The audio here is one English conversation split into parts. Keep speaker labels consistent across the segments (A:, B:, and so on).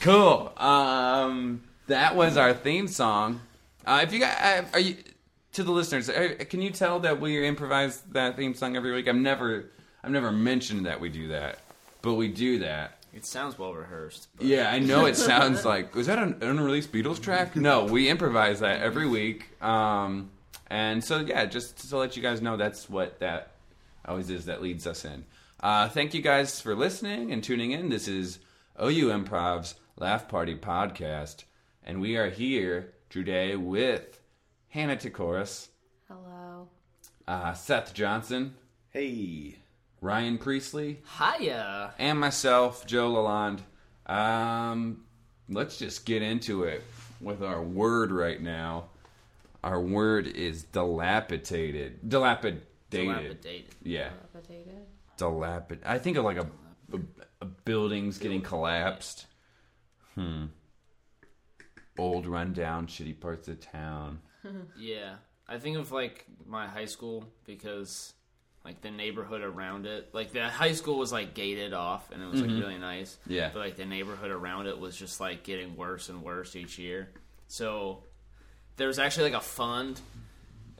A: Cool. Um, that was our theme song. Uh, if you guys, are you to the listeners? Are, can you tell that we improvise that theme song every week? I've never, I've never mentioned that we do that, but we do that.
B: It sounds well rehearsed. But
A: Yeah, I know it sounds like was that an unreleased Beatles track? No, we improvise that every week. Um, and so yeah, just to let you guys know, that's what that always is that leads us in. Uh, thank you guys for listening and tuning in. This is OU Improv's Laugh Party podcast, and we are here today with Hannah Tikoris,
C: Hello.
A: uh, Seth Johnson,
D: Hey.
A: Ryan Priestley,
B: Hiya.
A: and myself, Joe Lalonde. Um, let's just get into it with our word right now. Our word is dilapidated. Dilapidated.
B: Dilapidated.
A: Yeah.
C: Potato.
A: Dilapid. I think of like a, a, a buildings getting collapsed. Hmm. Old, rundown, shitty parts of town.
B: Yeah. I think of like my high school because like the neighborhood around it, like the high school was like gated off and it was like really nice.
A: Yeah.
B: But like the neighborhood around it was just like getting worse and worse each year. So there was actually like a fund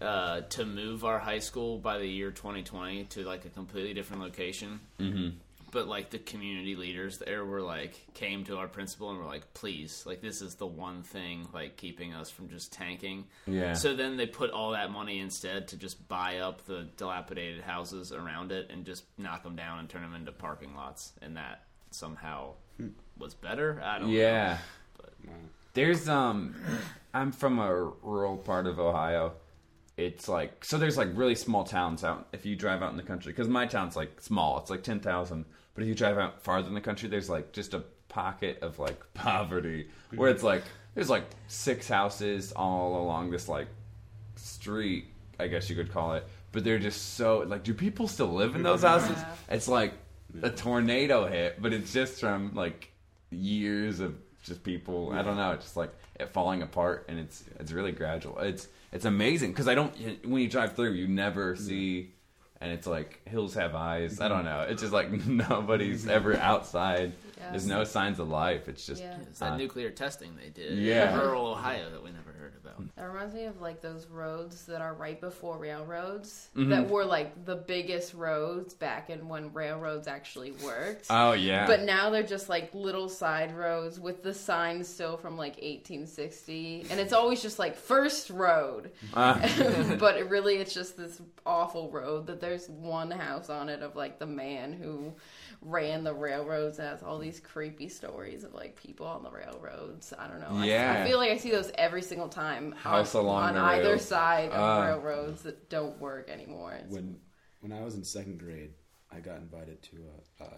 B: uh, to move our high school by the year 2020 to like a completely different location. Mm-hmm. But like the community leaders there were like came to our principal and were like, please, like this is the one thing like keeping us from just tanking.
A: Yeah.
B: So then they put all that money instead to just buy up the dilapidated houses around it and just knock them down and turn them into parking lots, and that somehow was better. I don't. know.
A: Yeah. There's um I'm from a rural part of Ohio. It's like so there's like really small towns out if you drive out in the country cuz my town's like small. It's like 10,000. But if you drive out farther in the country there's like just a pocket of like poverty where it's like there's like six houses all along this like street, I guess you could call it. But they're just so like, do people still live in those houses? It's like a tornado hit, but it's just from like years of just people. I don't know. It's just like it falling apart, and it's it's really gradual. It's it's amazing because I don't when you drive through, you never see. And it's like hills have eyes. I
D: Mm-hmm.
A: don't know. It's just like nobody's ever outside.
C: Yeah.
A: There's no signs of life. It's just uh,
C: Yeah.
B: It's that nuclear testing they did
A: yeah.
B: in rural Ohio that we never heard about.
C: That reminds me of like those roads that are right before railroads that were like the biggest roads back in when railroads actually worked.
A: oh yeah.
C: but now they're just like little side roads with the sign still from like 1860 and it's always just like first road
A: Ah.
C: but it really it's just this awful road that there's one house on it of like the man who ran the railroads and has all these creepy stories of like people on the railroads i don't know I-
A: Yeah.
C: I, feel like i see those every single time
A: House
C: on,
A: along
C: on
A: the
C: either
A: rail.
C: side of
A: Ah.
C: railroads that don't work anymore It's-
D: When when I was in second grade, I got invited to a. Uh,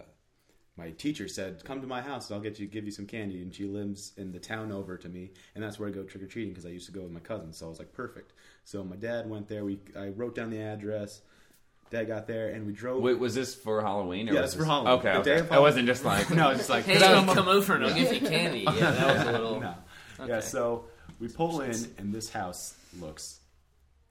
D: my teacher said, "Come to my house. I'll get you, give you some candy." And she lives in the town over to me, and that's where I go trick or treating because I used to go with my cousins. So I was like, "Perfect." So my dad went there. We I wrote down the address. Dad got there, and we drove.
A: Wait, was this for Halloween? Or
D: Yeah,
A: was
D: it's for
A: this-
D: Halloween.
A: Okay,
D: The
A: okay.
D: day of
A: I
D: Halloween.
A: wasn't just like
D: no, it's just like
B: Hey, come, over and I'll give you candy. Yeah, that was a little.
D: No. Yeah, so we pull in, and this house looks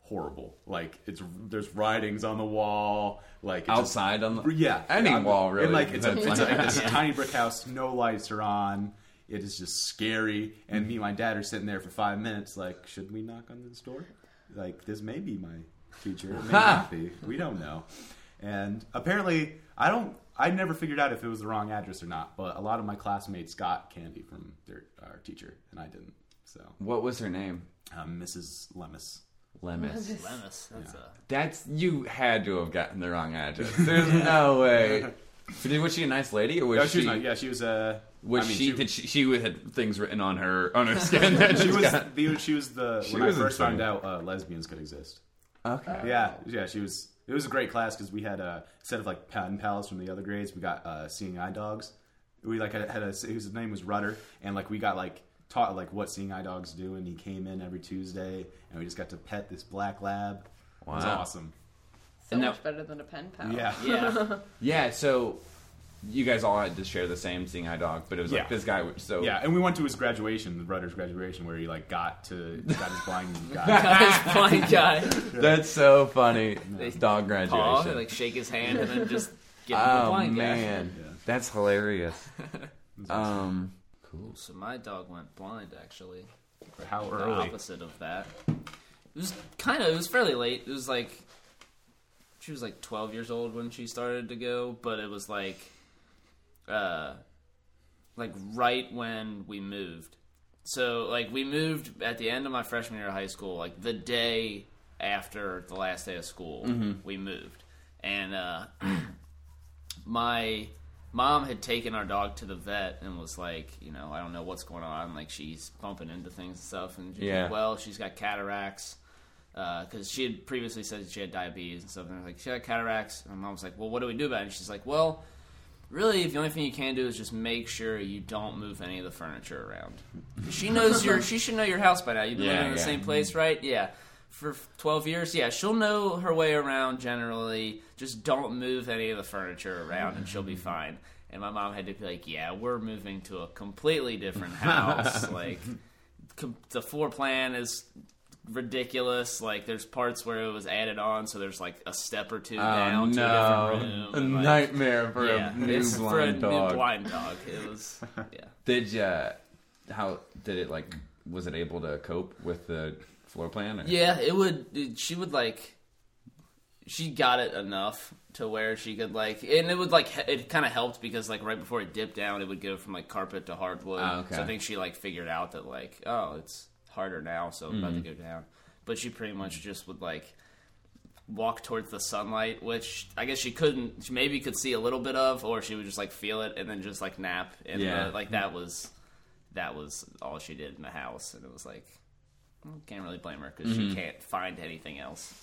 D: horrible. Like it's there's writings on the wall, like it's just-
A: outside on the
D: yeah,
A: any
D: yeah,
A: wall
D: and,
A: really.
D: like it's a,
A: Like,
D: it's, a, it's a tiny brick house, no lights are on. It is just scary, and me and my dad are sitting there for five minutes, like, should we knock on this door? Like this may be my teacher, it may not be. We don't know. And apparently, I don't. I never figured out if it was the wrong address or not, but a lot of my classmates got candy from their our teacher, and I didn't. So
A: what was her name?
D: um, Mrs. Lemus.
A: Lemis.
B: Lemus, that's a-
A: That's you had to have gotten the wrong address. There's no way. Did- Was she a nice lady, or was
D: Oh, she was
A: she?
D: not, yeah, she was a.
A: Was she, Did she? She had things written on her on her skin. That
D: She
A: she
D: was
A: got-
D: the. She was the.
A: She
D: when
A: was
D: I first
A: insane.
D: found out uh, lesbians could exist.
A: okay.
D: Yeah, yeah, she was. It was a great class because we had a set of like pen pals from the other grades. We got uh, seeing eye dogs. We like had, had a his name was Rudder, and like we got like taught like what seeing eye dogs do, and he came in every Tuesday, and we just got to pet this black lab. It was
A: Wow.
D: awesome.
C: so
A: no.
C: Oh. much better than a pen pal
D: Yeah,
B: yeah.
A: Yeah. So you guys all had to share the same seeing eye dog, but it was
D: Yeah.
A: like this guy. was So
D: Yeah, and we went to his graduation, Rutter's graduation, where he like got to got his blind guy.
B: blind guy.
A: that's so funny. Dog
B: Paw,
A: graduation.
B: like shake his hand and then just get him the
A: oh
B: blind
A: man,
D: Yeah.
A: that's hilarious. um,
B: guy. So my dog went blind actually.
D: How
B: The
D: early?
B: opposite of that. It was kind of. It was fairly late. It was like she was like 12 years old when she started to go, but it was like, uh, like right when we moved. So like we moved at the end of my freshman year of high school, like the day after the last day of school, we moved, and uh, my mom had taken our dog to the vet and was like, you know, I don't know what's going on. Like she's bumping into things and stuff, and she's
A: Yeah.
B: like, well, she's got cataracts. Because she had previously said that she had diabetes and stuff, and I was like, she had cataracts. And my mom was like, well, what do we do about it? And she's like, well, really, the only thing you can do is just make sure you don't move any of the furniture around. She knows your, she should know your house by now. You've been
A: Yeah,
B: living in the
A: yeah.
B: same place, right? Yeah. For 12 years, yeah, she'll know her way around generally. Just don't move any of the furniture around and she'll be fine. And my mom had to be like, yeah, we're moving to a completely different house. like, com- the floor plan is ridiculous. Like, there's parts where it was added on, so there's like a step or two
A: oh
B: down to a
A: no,
B: different
A: a
B: room. and, like,
A: nightmare for
B: yeah,
A: a new
B: it's
A: blind
B: for a
A: dog.
B: New blind dog. It was yeah.
A: Did ya? How did it like? Was it able to cope with the floor plan? Or?
B: Yeah, it would. it- She would like. She got it enough to where she could like, and it would like he- it kind of helped because like right before it dipped down, it would go from like carpet to hardwood.
A: Ah, okay.
B: So I think she like figured out that like, oh, it's harder now, so I'm about to go down. But she pretty much just would like walk towards the sunlight, which I guess she couldn't. She maybe could see a little bit of, or she would just like feel it and then just like nap. And
A: Yeah.
B: like that was that was all she did in the house, and it was like can't really blame her because she can't find anything else.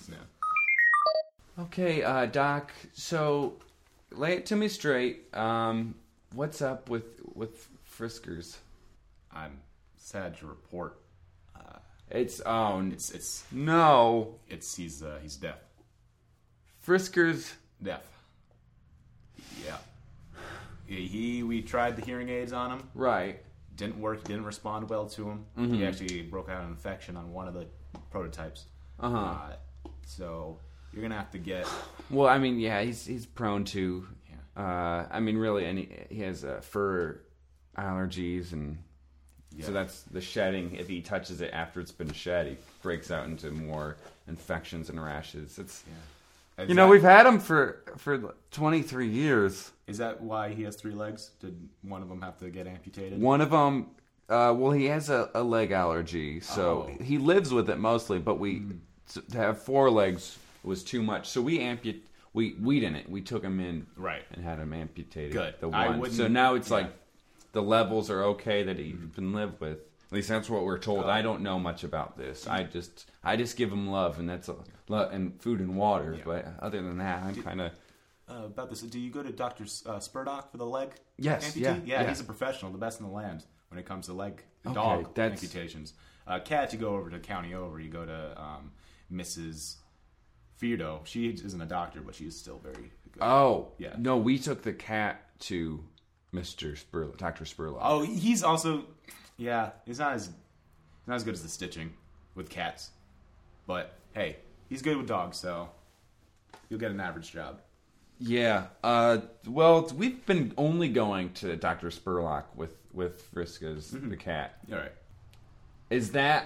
A: Okay, uh, Doc. So, lay it to me straight. Um, what's up with with Friskers?
D: I'm sad to report.
A: It's oh n-
D: It's it's
A: no,
D: it's he's uh, he's deaf.
A: Friskers.
D: Deaf. Yeah. He, he we tried the hearing aids on him.
A: Right.
D: Didn't work. Didn't respond well to him.
A: Mm-hmm.
D: He actually broke out an infection on one of the prototypes.
A: Uh-huh.
D: Uh, So you're gonna have to get.
A: Well, I mean, yeah, he's he's prone to.
D: Yeah.
A: Uh, I mean, really, any he has uh, fur allergies, and so
D: Yeah.
A: that's the shedding. If he touches it after it's been shed, he breaks out into more infections and rashes. It's
D: Is
A: you know
D: that-
A: we've had him for for twenty three years.
D: Is that why he has three legs? Did one of them have to get amputated?
A: One of them, uh, well, he has a, a leg allergy, so
D: Oh.
A: he lives with it mostly. But we to to have four legs was too much, so we amput we we didn't. We took him in
D: Right.
A: and had him amputated.
D: Good.
A: The
D: I
A: one.
D: wouldn't-
A: So now it's
D: yeah.
A: like the levels are okay that he can live with. At least that's what we're told. I don't know much about this. I just I just give him love, and that's a, love and food and water. But other than that, I'm kind of
D: Uh, about this, do you go to Doctor uh, Spurdock for the leg?
A: Yes,
D: amputee?
A: yeah,
D: yeah,
A: yeah.
D: He's a professional, the best in the land when it comes to leg
A: Okay,
D: dog
A: that's-
D: amputations. Uh, cat, you go over to county over. You go to um, Mrs. Fido. She isn't a doctor, but she is still very. Good.
A: oh
D: Yeah.
A: no. We took the cat to Mister Spurlock, Doctor Spurlock.
D: oh, he's also. Yeah, he's not as he's not as good as the stitching with cats, but hey, he's good with dogs, so you'll get an average job.
A: Yeah. Uh, well, we've been only going to Doctor Spurlock with with Friska's the cat.
D: All right.
A: Is that?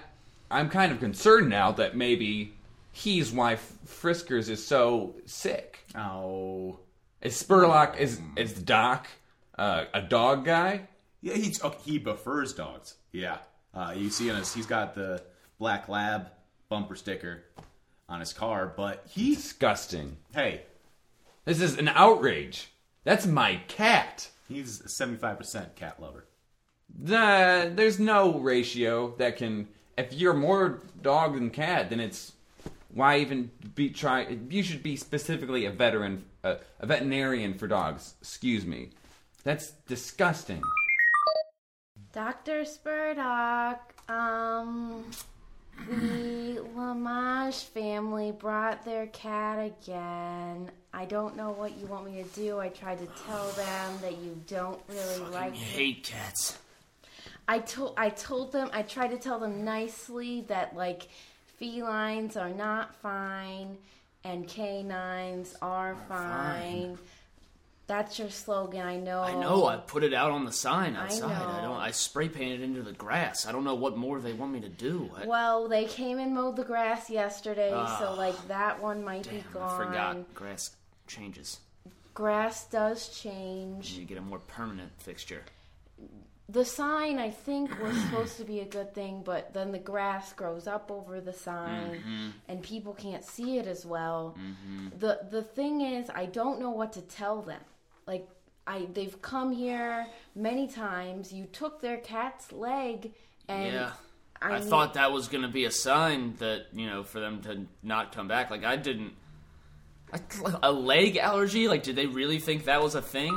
A: I'm kind of concerned now that maybe he's why F- Friskers is so sick.
D: Oh.
A: Is Spurlock is is Doc uh, a dog guy?
D: Yeah, he's okay, he prefers dogs. Yeah, uh, you see on his he's got the black lab bumper sticker on his car, but he
A: Disgusting.
D: hey
A: This is an outrage. That's my cat.
D: he's seventy five percent cat lover.
A: Nah, there's no ratio that can. If you're more dog than cat, then it's why even be try. You should be specifically a veteran, uh, a veterinarian for dogs. Excuse me, that's disgusting.
C: Dr. Spurdock, um,
E: The Lamage family brought their cat again. I don't know what you want me to do. I tried to tell them that you don't really like.
B: I hate cats.
E: I told I told them I tried to tell them nicely that like felines are not fine and canines are fine. That's your slogan. I know.
B: I know. I put it out on the sign outside. I,
E: Oh. know.
B: don't. I spray painted into the grass. I don't know what more they want me to do. I,
E: Well, they came and mowed the grass yesterday, so like that one might be
B: Ah, damn,
E: gone.
B: I forgot. Grass changes.
E: Grass does change.
B: You get a more permanent fixture.
E: The sign, I think, was supposed to be a good thing, but then the grass grows up over the sign,
B: Mm-hmm.
E: and people can't see it as well. the The thing is, I don't know what to tell them. Like, I they've come here many times. You took their cat's leg, and
B: yeah.
E: I,
B: I thought that was going to be a sign that you know for them to not come back. Like I didn't. I, a leg allergy? Like, did they really think that was a thing?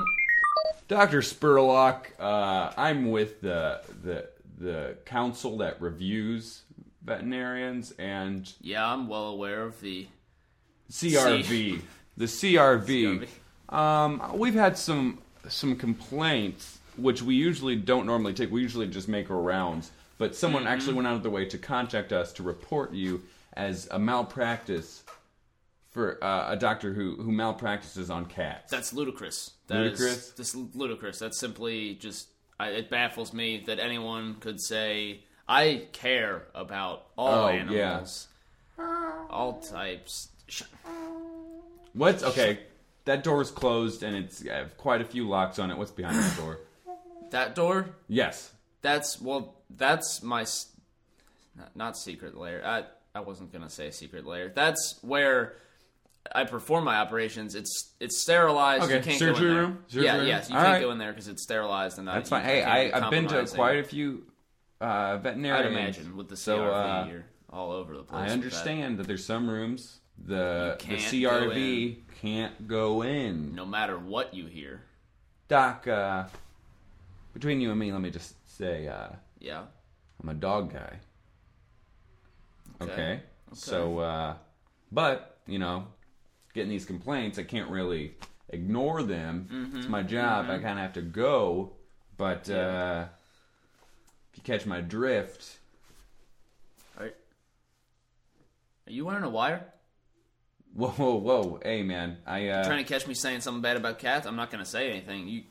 A: Dr. Spurlock, uh, I'm with the the the council that reviews veterinarians and
B: Yeah, I'm well aware of the.
A: CRV.
B: C-
A: The CRV. Um, we've had some some complaints, which we usually don't normally take. We usually just make our rounds. But someone
B: Mm-hmm.
A: actually went out of their way to contact us to report you as a malpractice for uh, a doctor who who malpractices on cats.
B: That's ludicrous. That is
A: Ludicrous?
B: this ludicrous. That's simply just. I, it baffles me that anyone could say I care about all
A: Oh,
B: animals, all types. Sh-
A: What's okay? That door's closed and it's uh, quite a few locks on it. What's behind that door?
B: That door
A: Yes.
B: That's well. That's my s- not, not secret layer. I I wasn't gonna say secret layer. That's where I perform my operations. It's it's sterilized.
A: Okay,
B: You can't go
A: surgery
B: in there.
A: room? Surgery
B: yeah,
A: room?
B: yes. You
A: All
B: can't
A: right.
B: go in there because it's sterilized and I-
A: That's
B: you
A: fine. Hey, I,
B: can't
A: I've been to
B: compromise
A: quite a
B: it.
A: few uh,
B: I'd
A: veterinarians.
B: imagine with the CRV,
A: So, uh,
B: you're all over the place.
A: I
B: with that.
A: understand that there's some rooms the the
B: can't
A: CRV can't go in.
B: No matter what you hear,
A: Doc, uh, between you and me, let me just say uh,
B: yeah.
A: I'm a dog guy. Okay.
B: Okay.
A: So, uh, but you know, getting these complaints, I can't really ignore them.
B: Mm-hmm.
A: It's my job. I kind of have to go. But uh, if you catch my drift,
B: Are, are you wearing a wire?
A: whoa, whoa, whoa, hey man, I uh,
B: Trying to catch me saying something bad about cats? I'm not gonna say anything. You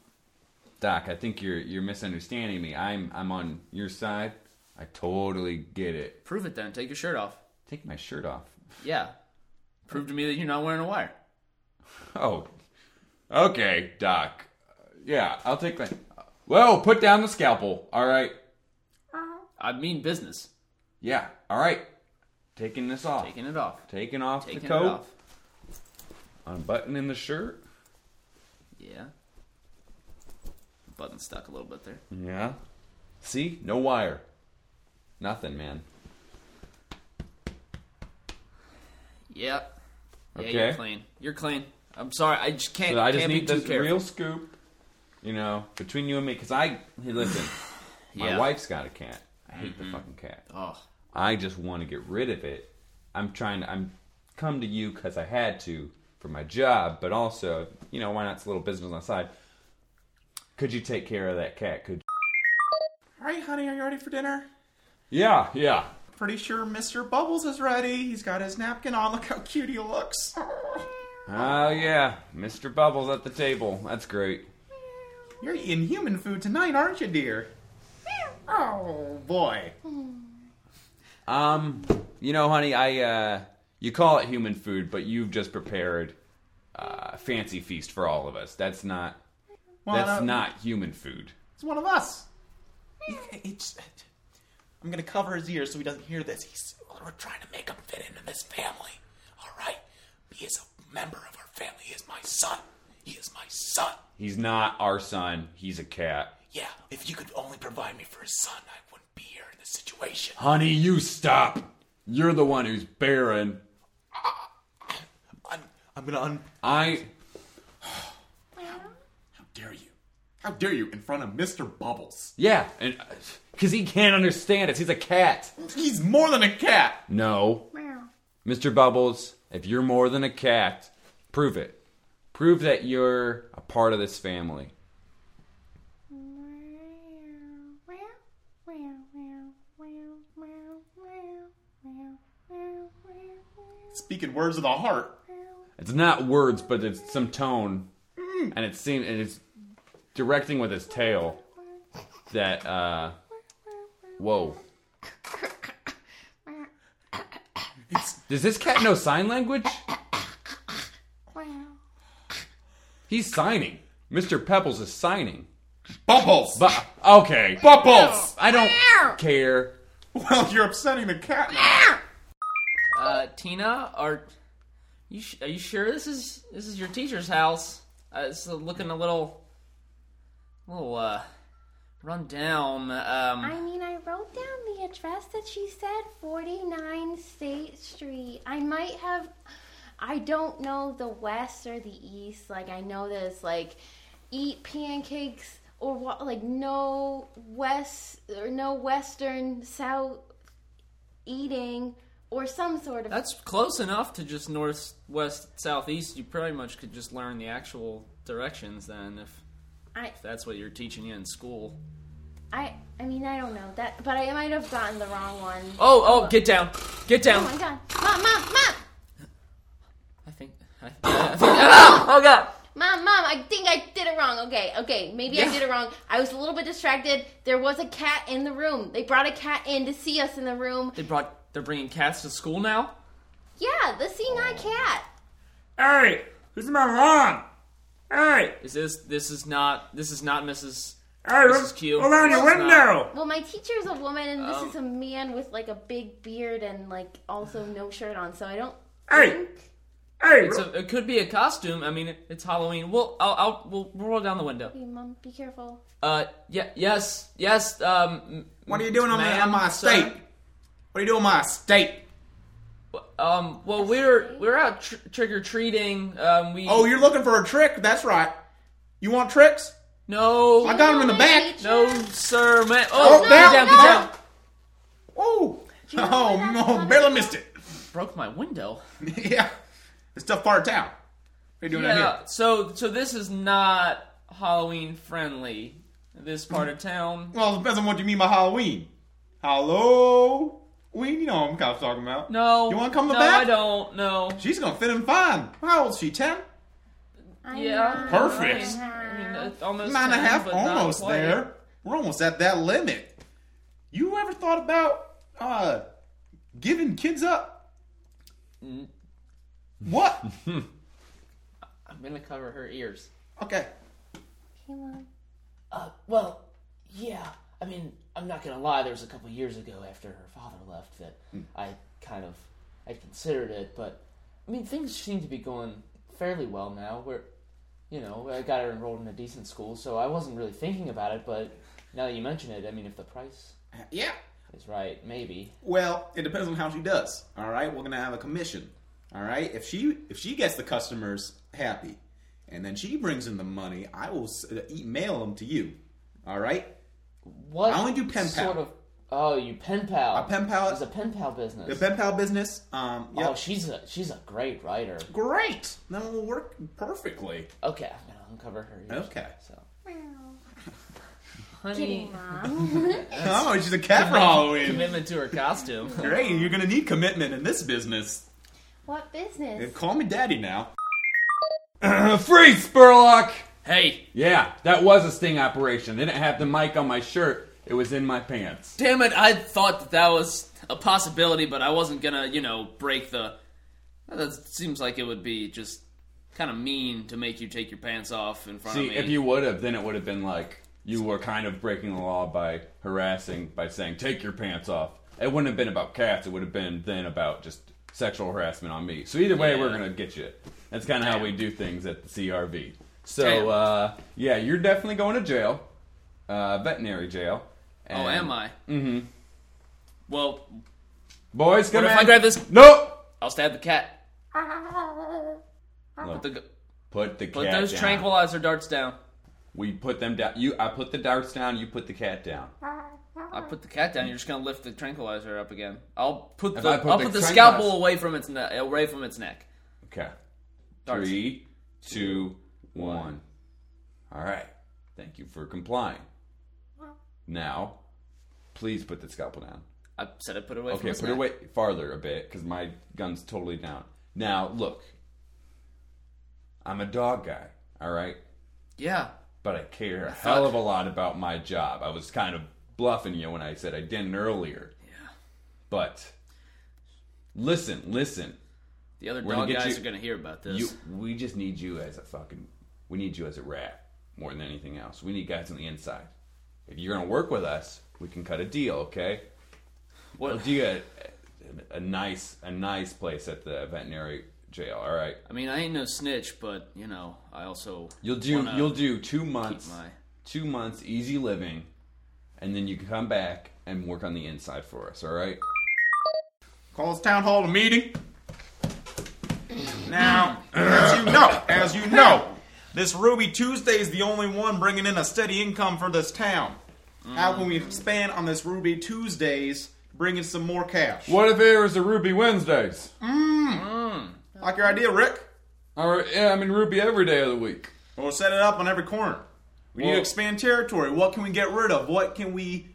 A: Doc, I think you're you're misunderstanding me. I'm I'm on your side. I totally get it.
B: prove it then. Take your shirt off.
A: Take my shirt off.
B: Yeah. Prove to me that you're not wearing a wire.
A: Oh, okay, Doc. Yeah, I'll take my. Whoa, put down the scalpel. All right.
B: I mean business.
A: Yeah. All right. Taking this off. Taking,
B: Taking it off.
A: off
B: Taking
A: the
B: it
A: coat.
B: off.
A: Unbuttoning the shirt.
B: Yeah. Button stuck a little bit there.
A: Yeah. See, no wire. Nothing, man.
B: Yep. Yeah,
A: Okay.
B: you're clean. You're clean. I'm sorry. I just can't.
A: So I just
B: can't
A: need
B: be too
A: this
B: careful.
A: real scoop. You know, between you and me, because I hey, listen. My
B: Yeah.
A: wife's got a cat. I hate the fucking cat.
B: Oh,
A: I just want to get rid of it. I'm trying to. I'm come to you because I had to for my job, but also, you know, why not? It's a little business on the side. Could you take care of that cat? Could
D: Alright, honey, are you ready for dinner?
A: you? Yeah, yeah.
D: Pretty sure Mr. Bubbles is ready. He's got his napkin on. Look how cute he looks.
A: Oh yeah, Mr. Bubbles at the table. That's great.
D: You're eating human food tonight, aren't you, dear? Oh boy.
A: Um, you know, honey, I uh, you call it human food, but you've just prepared uh, fancy feast for all of us. That's not.
D: Well,
A: That's
D: no,
A: not human food.
D: He's one of us. He- it's- I'm gonna cover his ears so he doesn't hear this. He's, we're trying to make him fit into this family. All right. He is a member of our family. He is my son. He is my son.
A: He's not our son. He's a cat.
D: Yeah. If you could only provide me for his son, I wouldn't be here in this situation.
A: Honey, you stop. You're the one who's barren.
D: I'm, I'm gonna un.
A: I.
D: How dare you? How dare you in front of Mr. Bubbles?
A: Yeah, and because he can't understand us. He's a cat.
D: He's more than a cat.
A: No, Mr. Bubbles, if you're more than a cat, prove it. Prove that you're a part of this family.
D: Speaking words of the heart.
A: It's not words, but it's some tone, and it's seen and it's directing with his tail. That uh, whoa. Does this cat know sign language? He's signing. Mr. Pebbles is signing.
D: Bubbles.
A: But okay,
D: Bubbles.
A: I don't care.
D: Well, you're upsetting the cat. Now.
B: Uh, Tina, are you sh- are you sure this is this is your teacher's house? Uh, it's looking a little, little uh, run down. Um,
E: I mean, I wrote down the address that she said 49 State Street. I might have. I don't know the west or the east. Like, I know that it's like eat pancakes or what, like no west or no western south eating or some sort of.
B: that's close enough to just north, west, southeast. You pretty much could just learn the actual directions then, if
E: I,
B: if that's what you're teaching you in school.
E: I, I mean, I don't know that, but I might have gotten the wrong one.
B: Oh, oh, get down, get
E: Oh
B: down.
E: my god. Mom, mom, mom!
B: I think. I, I think ah, oh god.
E: Mom, mom, I think I did it wrong. Okay, okay, maybe
B: Yeah.
E: I did it wrong. I was a little bit distracted. There was a cat in the room. They brought a cat in to see us in the room.
B: They brought. They're bringing cats to school now.
E: Yeah, the seeing
D: Oh.
E: eye cat.
B: Hey, this is my mom. Hey, is this this is not this is not Mrs. Hey, Mrs. Q. Around your window.
E: Well, my teacher's a woman, and this
B: Um.
E: is
D: Oh.
E: a man with like a big beard and like also no shirt on, so I don't. think-
B: It's a, it could be a costume. I mean, it's Halloween. We'll I'll, I'll we'll we'll roll down the window.
E: Hey, mom, be careful.
B: Uh, yeah, yes, yes. Um,
D: What are you doing on my,
B: Ma'am,
D: on my
B: sir?
D: estate? What are you doing on my estate?
B: um. Well, we're we're out tr- trick or treating. Um, we.
D: Oh, you're looking for a trick? That's right. You want tricks? I
B: no,
D: got him in the back.
B: no, sir, man. Oh,
D: Oh,
B: get
D: no,
B: down,
D: no.
B: get down.
D: Oh,
E: know where that's
D: oh no,
E: coming
D: barely
E: from?
D: missed it.
B: Broke my window.
D: yeah, it's a tough part of town. What are you doing out
B: Yeah.
D: here?
B: So so this is not Halloween friendly. This part of town.
D: Well, it depends on what you mean by Halloween. Halloween, you know what I'm kind of talking about.
B: No.
D: You wanna come to
B: No,
D: back?
B: I don't. No.
D: She's gonna fit in fine. How old is she? Ten?
E: I'm
B: Yeah.
E: not-
D: Perfect.
B: I mean, I mean, uh, almost
D: Nine and a
B: 10,
D: half,
B: but not
D: almost
B: quite.
D: there. We're almost at that limit. You ever thought about uh giving kids up?
B: Mm.
D: What?
B: I'm gonna cover her ears.
D: Okay.
E: Hey, Mom.
B: Uh, well, yeah. I mean, I'm not gonna lie. There was a couple years ago after her father left that
D: Hmm.
B: I kind of I considered it, but I mean, things seem to be going fairly well now. We're, you know, I got her enrolled in a decent school, so I wasn't really thinking about it. But now that you mention it, I mean, if the price
D: Yeah.
B: is right, maybe.
D: Well, it depends on how she does. All right, we're gonna have a commission. All right, if she if she gets the customers happy, and then she brings in the money, I will s- uh, email them to you. All right,
B: What?
D: I only do pen pal.
B: Sort of. Oh, you pen pal.
D: A pen pal-
B: It's a pen pal business.
D: the pen pal business. Um,
B: Oh,
D: yeah,
B: she's a she's a great writer.
D: great. That will work perfectly.
B: Okay, I'm gonna uncover her. ears.
D: Okay.
B: So, honey,
E: Kidding, Mom.
D: oh, she's a cat for Halloween.
B: commitment to her costume.
D: Great, you're gonna need commitment in this business.
E: what
D: Uh,
E: business?
D: Call me daddy now.
A: Freeze, Spurlock.
B: hey,
A: Yeah, that was a sting operation. They didn't have the mic on my shirt. It was in my pants.
B: damn it! I thought that that was a possibility, but I wasn't gonna, you know, break the. That seems like it would be just kind of mean to make you take your pants off in front
A: See,
B: of me.
A: if you would have, then it would have been like you were kind of breaking the law by harassing, by saying, take your pants off. It wouldn't have been about cats. It would have been then about just sexual harassment on me. So either way, we're
B: Yeah.
A: going to get you. That's kind of how we do things at the CRV.
B: Damn.
A: So, uh, yeah, you're definitely going to jail, uh, veterinary jail.
B: oh,
A: And-
B: am I? Mm-hmm. Well,
A: Boys, come
B: what if
A: in.
B: I grab this?
A: Nope!
B: I'll stab the cat.
A: Look,
B: The,
A: put the
B: put
A: cat
B: those
A: down.
B: tranquilizer darts down.
A: We put them down. You, I put the darts down. You put the cat down.
B: I put the cat down. You're just gonna lift the tranquilizer up again. I'll put the
A: If I put
B: I'll
A: the
B: put the
A: tranquilizer-
B: scalpel away from its neck. Away from its neck.
A: Okay.
B: Darts.
A: Three, two, one. All right. Thank you for complying. Now, please put the scalpel down.
B: I said I put it away. from
A: Okay,
B: its
A: put it
B: neck.
A: away farther a bit because my gun's totally down. Now, look. I'm a dog guy, all right?
B: Yeah.
A: But I care a hell of a lot about my job. I was kind of bluffing you when I said I didn't earlier. Yeah. But listen, listen.
B: The other
A: We're gonna
B: dog
A: get
B: guys
A: you-
B: are gonna hear about this.
A: You, we just need you as a fucking. We need you as a rat more than anything else. We need guys on the inside. If you're gonna work with us, we can cut a deal, okay?
B: What-
A: We'll do you a, a nice a nice place at the veterinary jail. All right,
B: I mean, I ain't no snitch, but you know, I also
A: you'll do
B: wanna
A: you'll do two months,
B: keep my
A: two months easy living, and then you can come back and work on the inside for us. All right?
D: Calls town hall a meeting. Now, as you know, as you know, this Ruby Tuesday is the only one bringing in a steady income for this town. How can we expand on this Ruby Tuesdays, bring in some more cash?
A: What if it was a Ruby Wednesdays?
D: Like your idea, Rick?
A: Or yeah, I mean Ruby every day of the week.
D: We'll set it up on every corner. We need
A: Well-
D: to expand territory. What can we get rid of? What can we?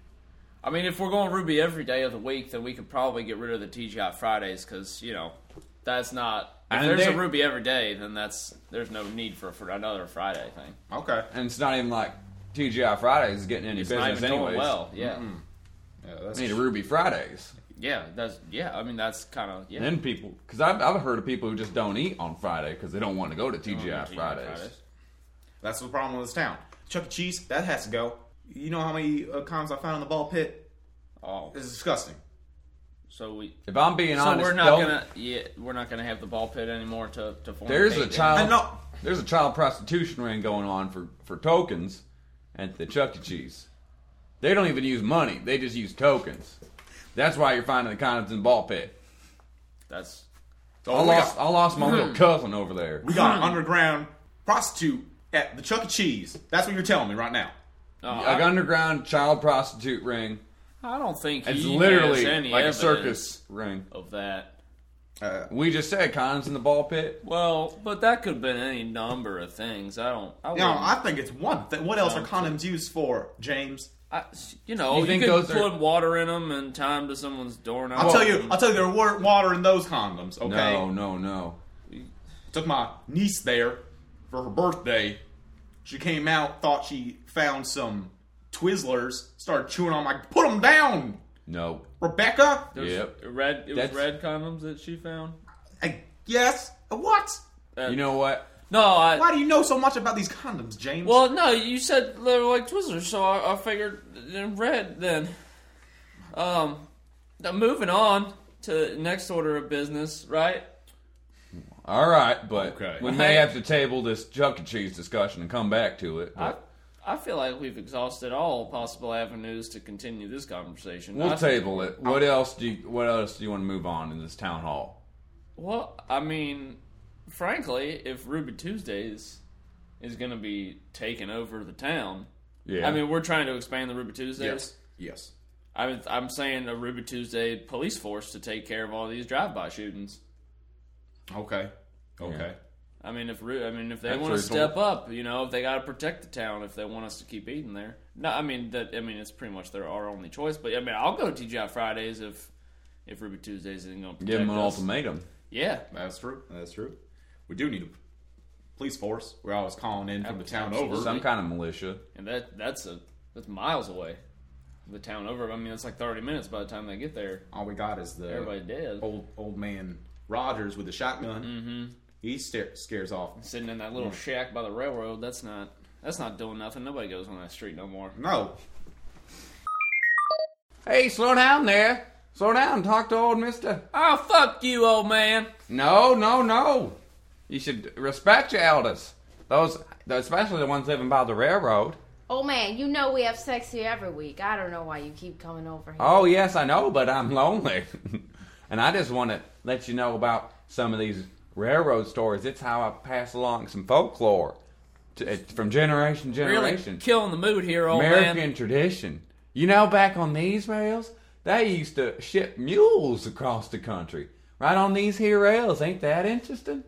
B: I mean, if we're going Ruby every day of the week, then we could probably get rid of the TGI Fridays because you know that's not. If
A: And
B: there's
A: they-
B: a Ruby every day, then that's there's no need for, for another Friday thing.
D: Okay.
A: and it's not even like TGI Fridays is getting any
B: It's not
A: business
B: even going
A: anyways.
B: well. Yeah,
D: Yeah, that's
A: I need a Ruby Fridays.
B: yeah, that's yeah. I mean, that's kind of yeah.
A: Then people, because I've, I've heard of people who just don't eat on Friday because they don't want to go to TGI,
B: TGI
A: Fridays.
D: That's the problem with this town. Chuck E. Cheese, that has to go. You know how many uh, combs I found in the ball pit?
B: Oh,
D: It's disgusting.
B: so we.
A: If I'm being
B: So
A: honest,
B: we're
A: don't-
B: not gonna yeah we're not gonna have the ball pit anymore to to form.
A: there's a
D: I
A: child
D: know.
A: there's a child prostitution ring going on for for tokens at the Chuck E. Cheese. They don't even use money; they just use tokens. That's why you're finding the condoms in the ball pit.
B: That's
D: So
A: I
D: we
A: lost
D: got,
A: I lost my little cousin over there.
D: we got an underground prostitute at the Chuck E. Cheese. That's what you're telling me right now.
B: no,
A: Like
B: I,
A: underground child prostitute ring.
B: I don't think
A: It's
B: he
A: literally
B: has any
A: like a
B: evidence
A: circus ring.
B: of that.
A: We just said condoms in the ball pit.
B: Well, but that could have been any number of things. I don't. I
D: No,
B: wouldn't-
A: Hmm.
D: I think it's one thing. What else are
B: Um,
D: condoms used for, James?
B: I, you know,
A: You
B: you,
A: think
B: could
A: those are-
B: put water in them and tie them to someone's doorknob.
D: I'll tell you. I'll tell you. There weren't water in those condoms. Okay.
A: No, no, no.
D: took my niece there for her birthday. She came out, thought she found some Twizzlers, started chewing on my. Put them down,
A: No.
D: Rebecca.
B: There's
A: Yep.
B: Red. It
A: That's-
B: was red condoms that she found.
D: I, yes. What?
A: You know what?
B: No, I.
D: Why do you know so much about these condoms, James?
B: Well, no, you said they were like Twizzlers, so I, I figured they're red then. Um, now moving on to next order of business, right?
A: All right, but
D: Okay.
A: we may have to table this Chuck E. Cheese discussion and come back to it.
B: I,
A: but
B: I feel like we've exhausted all possible avenues to continue this conversation.
A: we'll
B: I-
A: table it. What else do you, What else do you want to move on in this town hall?
B: Well, I mean, frankly, if Ruby Tuesdays is going to be taking over the town,
A: Yeah.
B: I mean, we're trying to expand the Ruby Tuesdays.
D: yes. Yes.
B: I mean, I'm saying a Ruby Tuesday police force to take care of all these drive-by shootings.
D: Okay. Okay.
B: I mean, if Ru- I mean, if they
A: That's
B: want to
A: reasonable.
B: step up, you know, if they got to protect the town, if they want us to keep eating there. No, I mean that. I mean, it's pretty much their our only choice. But I mean, I'll go to TGI Fridays if if Ruby Tuesdays isn't going to
A: Give
B: protect
A: him an
B: us.
A: ultimatum.
B: Yeah,
D: That's true. That's true. We do need a police force. We're always calling in from the town
B: Absolutely.
D: over.
A: Some kind of militia.
B: and that that's a that's miles away. The town over. I mean, that's like 30 minutes by the time they get there.
D: All we got is the
B: Everybody dead.
A: Oh.
D: old old man Rogers with a shotgun. Mm-hmm. He sta- scares off
B: Sitting in that little shack by the railroad. That's not that's not doing nothing. Nobody goes on that street no more.
D: No.
A: Hey, slow down there. Slow down. Talk to old Mister.
B: Oh fuck you, old man.
A: No, no, no. You should respect your elders. Those, especially the ones living by the railroad.
E: Oh man, you know we have sex here every week. I don't know why you keep coming over here.
A: Oh, yes, I know, but I'm lonely. and I just want to let you know about some of these railroad stories. It's how I pass along some folklore. T- It's from generation to
B: Really
A: generation.
B: killing the mood here, old
A: American
B: Oh, man.
A: tradition. You know, back on these rails, they used to ship mules across the country. Right on these here rails, ain't that interesting?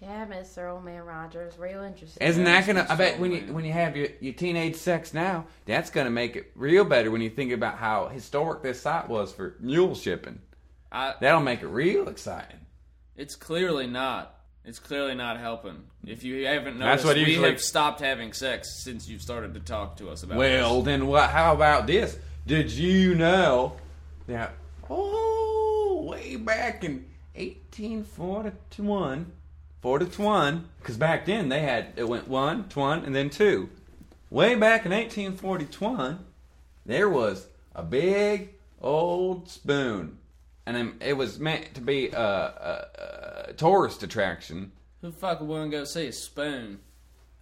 E: Yeah, Mr. Old Man Rogers, real interesting.
A: Isn't that gonna? I bet when you
B: man.
A: when you have your, your teenage sex now, that's gonna make it real better when you think about how historic this site was for mule shipping.
B: I,
A: That'll make it real exciting.
B: It's clearly not. It's clearly not helping. If you haven't noticed,
A: That's what
B: we
A: usually-
B: have stopped having sex since you've started to talk to us about.
A: Well,
B: this.
A: then what? How about this? Did you know that? Oh, way back in 1841, 41, because back then they had it went one, twan, and then two. Way back in 1841, there was a big old spoon, and um, it was meant to be a, a, a tourist attraction.
B: who the fuck would want to go see a spoon?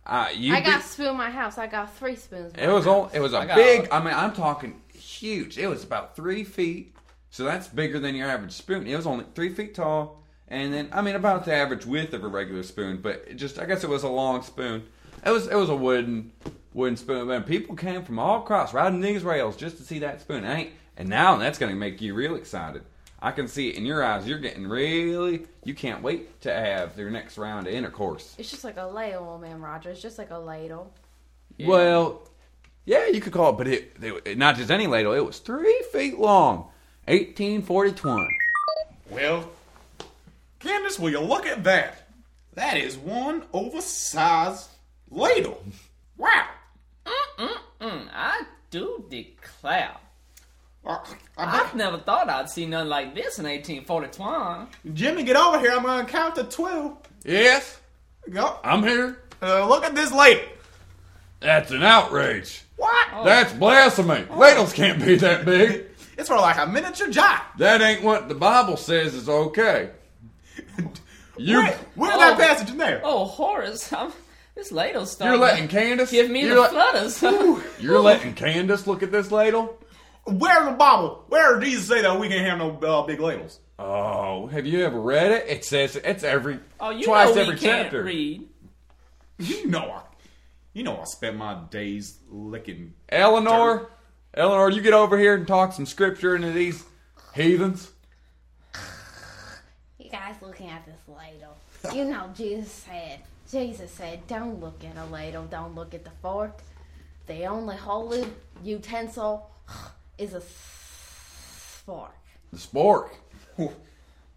A: Uh, you
E: I got
A: be-
E: spoon in my house. I got three spoons. in
A: It
E: my
A: was
E: house.
A: all. It was a
B: I got-
A: big. I mean, I'm talking huge. It was about three feet. So that's bigger than your average spoon. It was only three feet tall, and then I mean about the average width of a regular spoon. But it just I guess it was a long spoon. It was it was a wooden wooden spoon. And people came from all across riding these rails just to see that spoon. I ain't and now that's gonna make you real excited. I can see it in your eyes. You're getting really. You can't wait to have your next round of intercourse.
E: It's just like a ladle, Old Man Rogers. Just like a ladle.
A: Well, yeah, you could call it, but it, it not just any ladle. It was three feet long, eighteen forty twenty.
D: Well, Candace, will you look at that? That is one oversized ladle. Wow.
B: Mm, I do declare.
D: I, Uh, I
B: I've never thought I'd see nothing like this in 1842.
D: bet- Jimmy, get over here. I'm going to count to 12.
A: Yes,
D: Go.
A: I'm here.
D: Uh, look at this ladle.
A: That's an outrage.
D: What?
B: Oh.
A: That's blasphemy. Ladles can't be that big.
D: It's for like a miniature giant.
A: That ain't what the Bible says is okay. You,
D: Where, where
B: Oh.
D: that passage in there?
B: Oh, Horace, I'm, this ladle's starting
A: you're letting
B: to
A: Candace
B: give me
A: you're
B: the
A: let-
B: flutters.
A: You're letting Candace look at this ladle.
D: Where in the Bible? Where did Jesus say that we can't have no uh, big ladles?
A: Oh, have you ever read it? It says it's every
B: oh, you
A: twice
B: know
A: every
B: we can't
A: chapter.
B: read.
D: You know I, you know I spend my days licking.
A: Eleanor, Eleanor, you get over here and talk some scripture into these heathens.
E: You guys looking at this ladle. You know, Jesus said, Jesus said, don't look at a ladle, don't look at the fork. The only holy utensil is a s- fork.
A: The spork.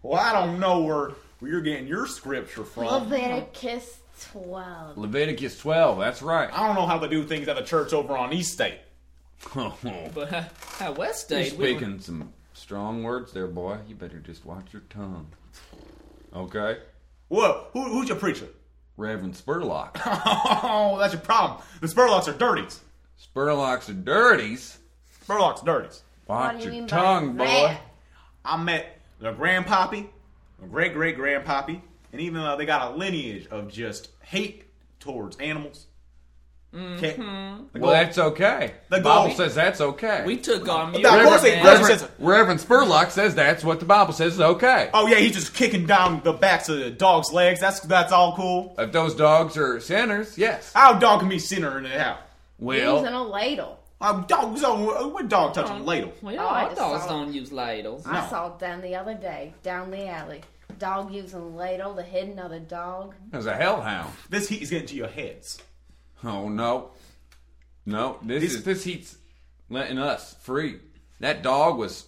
D: Well, I don't know where, where you're getting your scripture from.
E: Leviticus 12.
A: Leviticus 12, that's right.
D: I don't know how they do things at the church over on East State.
A: You're
B: But uh, at West State, we were-
A: speaking some strong words there, boy. You better just watch your tongue. Okay?
D: What? Who, who's your preacher?
A: Reverend Spurlock.
D: Oh, that's your problem. The Spurlocks are dirties.
A: Spurlocks are dirties.
D: Spurlocks are dirties.
E: What do
A: Watch
E: you
A: your
E: mean by
A: tongue, boy.
E: that?
D: I met their grandpappy, their great great grandpappy, and even though they got a lineage of just hate towards animals. oh, Okay.
A: Well, that's okay.
D: The
A: The Bible
D: goal-
A: says that's okay.
B: we took our mule.
D: Of course they-
B: man.
D: Reverend-
A: Reverend, Reverend Spurlock says that's what the Bible says is okay.
D: Oh yeah, he's just kicking down the backs of the dog's legs. That's that's all cool.
A: If those dogs are sinners, yes.
D: How a dog can be sinner in the house?
E: Using
A: Well,
E: a ladle.
D: A dog, so what dog touching a ladle?
B: Well,
E: Oh, I
B: our
E: just
B: dogs
E: saw-
B: don't use ladles.
E: I saw it down the other day, down the alley. Dog using ladle to hit another dog.
A: there's a hellhound.
D: This heat is getting to your heads.
A: Oh no, no! This
D: This-
A: is this heat's letting us free. That dog was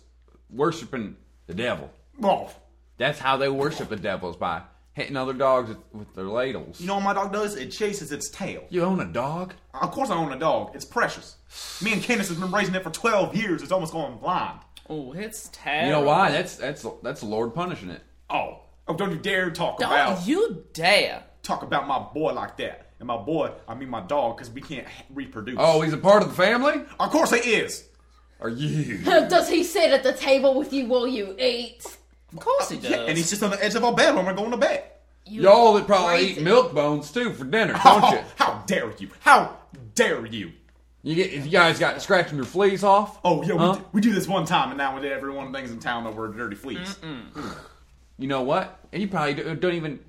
A: worshiping the devil.
D: Oh,
A: That's how they worship the devils by hitting other dogs with, with their ladles.
D: you know what my dog does? It chases its tail.
A: You own a dog?
D: Of course, I own a dog. It's precious. Me and Candace has been raising it for twelve years. It's almost going blind.
B: Oh, it's terrible.
A: You know why? That's that's that's the Lord punishing it.
D: Oh, oh, don't you dare talk
B: Don't
D: about
B: you dare.
D: talk about my boy like that. And my boy, I mean my dog, because we can't h- reproduce.
A: Oh, he's a part of the family.
D: of course he is.
A: Are you?
E: Does he sit at the table with you while you eat?
B: Of course he does.
D: Yeah, and he's just on the edge of our bed when we're going to bed.
E: You
A: Y'all that probably eat
E: crazy.
A: milk bones too for dinner, don't you?
D: how dare you? How dare you?
A: You, get, you guys got scratching your fleas off.
D: Oh yeah, we,
A: Huh?
D: d- we do this one time, and now we did everyone thinks in town that we're dirty fleas.
A: You know what? And you probably do- don't even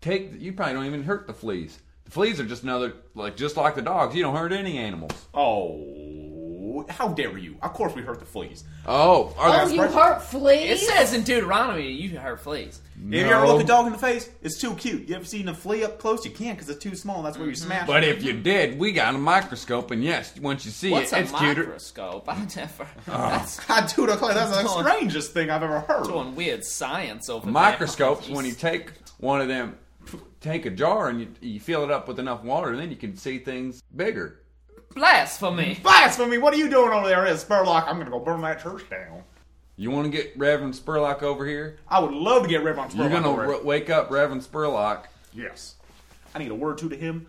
A: take. You probably don't even hurt the fleas. The Fleas are just another like just like the dogs. You don't hurt any animals.
F: Oh, how dare you? Of course we hurt the fleas.
A: Oh, are
C: Oh,
A: there?
C: you heart
B: It
C: fleas?
B: says in Deuteronomy you hurt fleas.
F: Have you ever
A: No.
F: looked a dog in the face? It's too cute. You ever seen a flea up close? You can't because it's too small. That's where you smash.
A: But
F: it.
A: if you did, we got a microscope, and yes, once you see
B: What's
A: it,
B: a
A: it's cuter.
B: microscope? I never. That's
F: God, dude, I call- that's the
B: Don't-
F: strangest thing I've ever heard.
B: doing weird science over there.
A: Microscopes when you
B: Jeez.
A: take one of them, take a jar and you, you fill it up with enough water, then you can see things bigger.
B: blasphemy.
F: Blasphemy! What are you doing over there, Ed Spurlock? I'm gonna go burn that church down.
A: You want to get Reverend Spurlock over here?
F: I would love to get rid of on Spurlock.
A: You're gonna
F: over it.
A: re- wake up Reverend Spurlock.
F: yes. I need a word or two to him.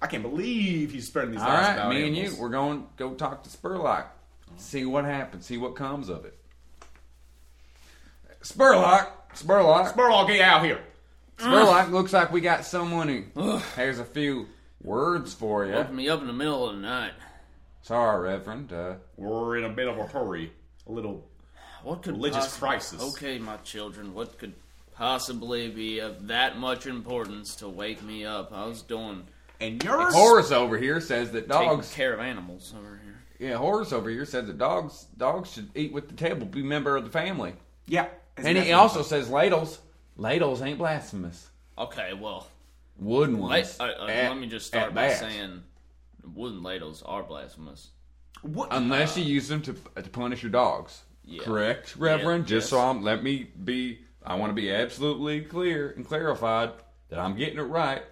F: I can't believe he's spreading these
A: All
F: lies
A: right,
F: about
A: me and you,
F: animals.
A: we're going go talk to Spurlock, see what happens, see what comes of it. Spurlock, Spurlock,
F: Spurlock, get out here.
A: Spurlock. Looks like we got someone who has a few words for you.
B: Woke me up in the middle of the night.
A: Sorry, Reverend. Uh,
F: We're in a bit of a hurry. A little.
B: What could
F: Religious
B: possibly-
F: crisis.
B: Okay, my children, what could possibly be of that much importance to wake me up? I was doing
F: And yours.
A: Horace over here says that dogs.
B: taking care of animals over here.
A: Yeah, Horace over here says that dogs dogs should eat with the table, be a member of the family.
F: Yeah.
A: And he also says ladles ladles ain't blasphemous.
B: Okay, well,
A: Wooden
B: la-
A: ones.
B: uh, uh,
A: at-
B: let me just
A: at
B: start by
A: best.
B: saying wooden ladles are blasphemous.
F: What?
A: Unless you use them to, uh, to punish your dogs.
B: Yeah.
A: Correct, Reverend?
B: Yeah,
A: Just so
B: yes.
A: I'm, let me be, I want to be absolutely clear and clarified that I'm getting it right.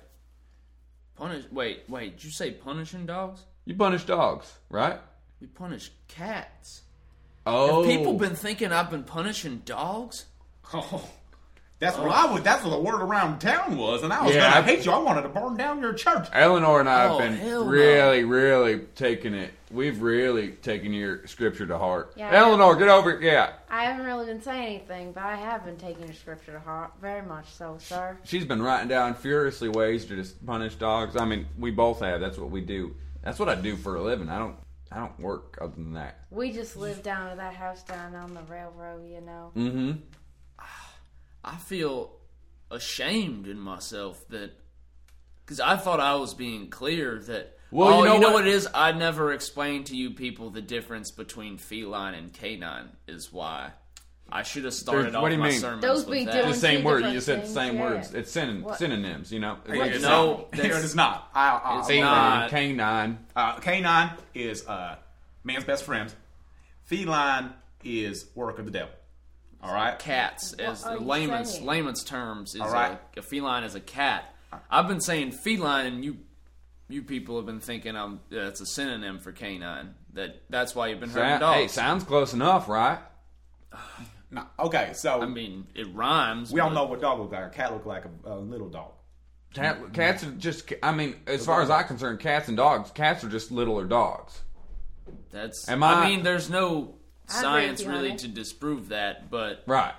B: Punish. Wait, wait. Did you say punishing dogs?
A: You punish dogs, right?
B: We punish cats.
A: Oh.
B: People been thinking I've been punishing dogs.
F: Oh, that's what I would. That's what the word around town was, and I was
A: Yeah,
F: gonna
A: I-
F: hate you. I wanted to burn down your church.
A: Eleanor and I
B: Oh,
A: have
B: hell
A: been
B: no.
A: really, really taking it. We've really taken your scripture to heart.
E: Yeah.
A: Eleanor, get over it. Yeah.
E: I haven't really been saying anything, but I have been taking your scripture to heart very much so, sir.
A: She's been writing down furiously ways to just punish dogs. I mean, we both have. That's what we do. That's what I do for a living. I don't I don't work other than that.
E: We just live down at that house down on the railroad, you know.
A: Mm-hmm.
B: I feel ashamed in myself that because I thought I was being clear that.
A: Well,
B: oh,
A: you know
B: what
A: what-
B: it is? I never explained to you people the difference between feline and canine is why I should have started
A: There's-
B: off
A: what do you
B: my
A: mean?
B: sermons
C: Those
B: with
C: be
B: that.
A: The
C: doing-
A: same
C: two
A: word. You
C: different
A: just said the
E: things,
A: same
E: yeah.
A: words. It's syn-
E: What-
A: synonyms, you know? It's
F: It is
B: No,
F: not. it
B: that's-
F: is not. I, I,
B: It's
F: I
B: not.
F: love
A: Canine, canine.
F: Uh, canine is uh, man's best friend. Feline is work of the devil. All right.
B: cats as
E: are
B: the
E: you
B: layman's
E: saying?
B: layman's terms is
F: All right.
B: a, a feline is a cat. I've been saying feline, and you you people have been thinking I'm that's a synonym for canine. That that's why you've been hurting
A: Sound,
B: dogs. Hmm.
A: hey, sounds close enough, right?
F: No, okay. So
B: I mean, uh, it rhymes.
F: we all
B: but-
F: know what dog look like. A cat look like a, a little dog.
A: Cat, cats are just, I mean, as far as I'm concerned, cats and dogs, cats are just littler dogs.
B: That's.
A: Am
B: I,
A: I-
B: mean, there's no
E: with
B: science
E: you,
B: really
E: honey.
B: to disprove that, but
A: Right.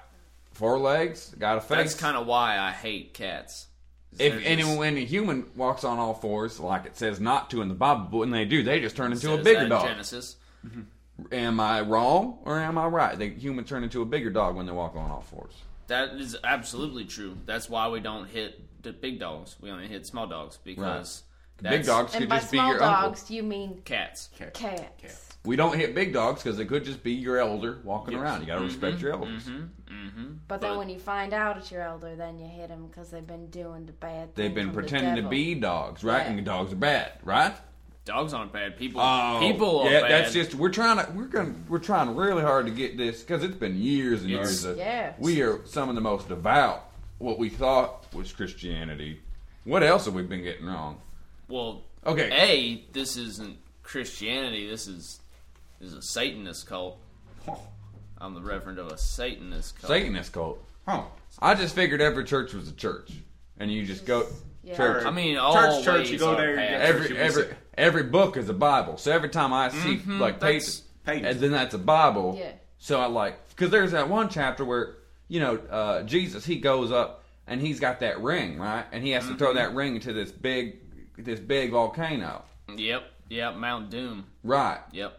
A: Four legs, got a face.
B: that's kind of why I hate cats.
A: If
B: They're
A: any,
B: just-
A: when a human walks on all fours, like it says not to in the Bible, but when they do, they just turn into a
B: Is that
A: bigger
B: in
A: dog.
B: Genesis.
A: Am I wrong or am I right? The human turn into a bigger dog when they walk on all fours.
B: That is absolutely true. That's why we don't hit the big dogs. We only hit small dogs because that's
A: big dogs
E: And
A: could
E: by
A: just be
E: small
A: your
E: dogs,
A: uncle.
E: you mean
B: cats.
E: cats.
A: We don't hit big dogs because they could just be your elder walking around. You got to
B: Mm-hmm.
A: respect your elders.
E: But then when you find out it's your elder, then you hit them because they've been doing the bad
A: They've
E: thing
A: been
E: from the
A: pretending to
E: devil.
A: be dogs, right?
E: Yeah.
A: And dogs are bad, right?
B: Dogs aren't bad. People,
A: Oh,
B: people are
A: yeah.
B: bad.
A: That's just we're trying to we're gonna we're trying really hard to get this because it's been years and
B: It's-
A: years. Of,
E: yeah.
A: we are some of the most devout. What we thought was Christianity. What else have we been getting wrong?
B: well.
A: Okay.
B: A, this isn't Christianity. This is this is a Satanist cult.
F: Oh,
B: I'm the reverend of a Satanist cult.
A: Satanist cult.
F: Huh.
A: I just figured every church was a church, and you just go
E: Yeah.
A: church.
B: I mean, all
F: Church, church,
B: ways
F: you go
B: are
F: there, you
B: bad.
F: get
A: every
F: church, you
A: every
F: visit.
A: every book is a Bible. So every time I see like pages,
B: that's-
F: pages.
A: and then that's a Bible.
E: Yeah.
A: So I like because there's that one chapter where you know uh, Jesus he goes up and he's got that ring right, and he has to throw that ring into this big this big volcano.
B: Yep, yep. Mount Doom.
A: Right.
B: Yep.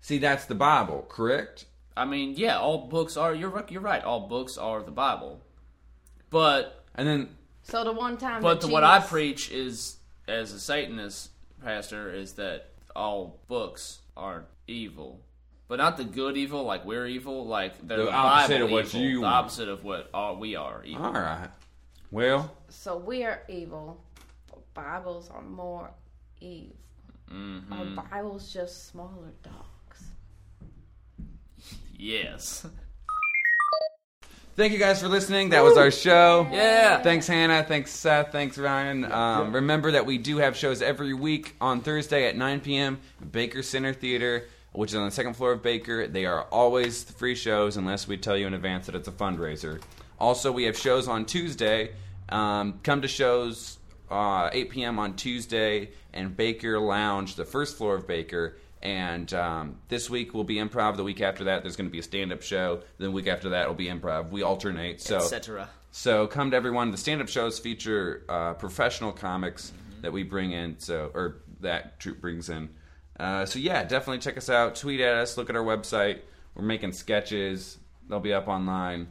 A: See, that's the Bible, correct?
B: I mean, yeah. All books are. You're right- you're right. All books are the Bible. But
A: And then
E: So the one time
B: but
E: that
B: the, what I
E: Jesus-
B: preach is as a Satanist pastor is that all books are evil, but not the good evil, like we're evil, like they're
A: The
B: the,
A: opposite
B: Bible
A: of what
B: evil,
A: you
B: the
A: want.
B: opposite of what all we are. Evil.
A: All right. Well,
C: So we are evil, but Bibles are more evil.
A: Mm-hmm.
C: Are Bibles just smaller dogs?
B: Yes.
A: thank you guys for listening. That was our show.
B: Yeah.
A: Thanks, Hannah. Thanks, Seth. Thanks, Ryan. Um, Remember that we do have shows every week on Thursday at 9 p.m. Baker Center Theater, which is on the second floor of Baker. They are always free shows unless we tell you in advance that it's a fundraiser. Also, we have shows on Tuesday. Um, come to shows uh, 8 p.m. on Tuesday and Baker Lounge, the first floor of Baker. And um, this week will be improv. The week after that, there's going to be a stand-up show. Then the week after that will be improv. We alternate. So
B: Etc.
A: so come to everyone. The stand-up shows feature uh, professional comics that we bring in, so or that troop brings in. Uh, so yeah, definitely check us out. Tweet at us. Look at our website. We're making sketches. They'll be up online.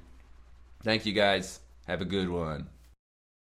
A: Thank you guys. Have a good one.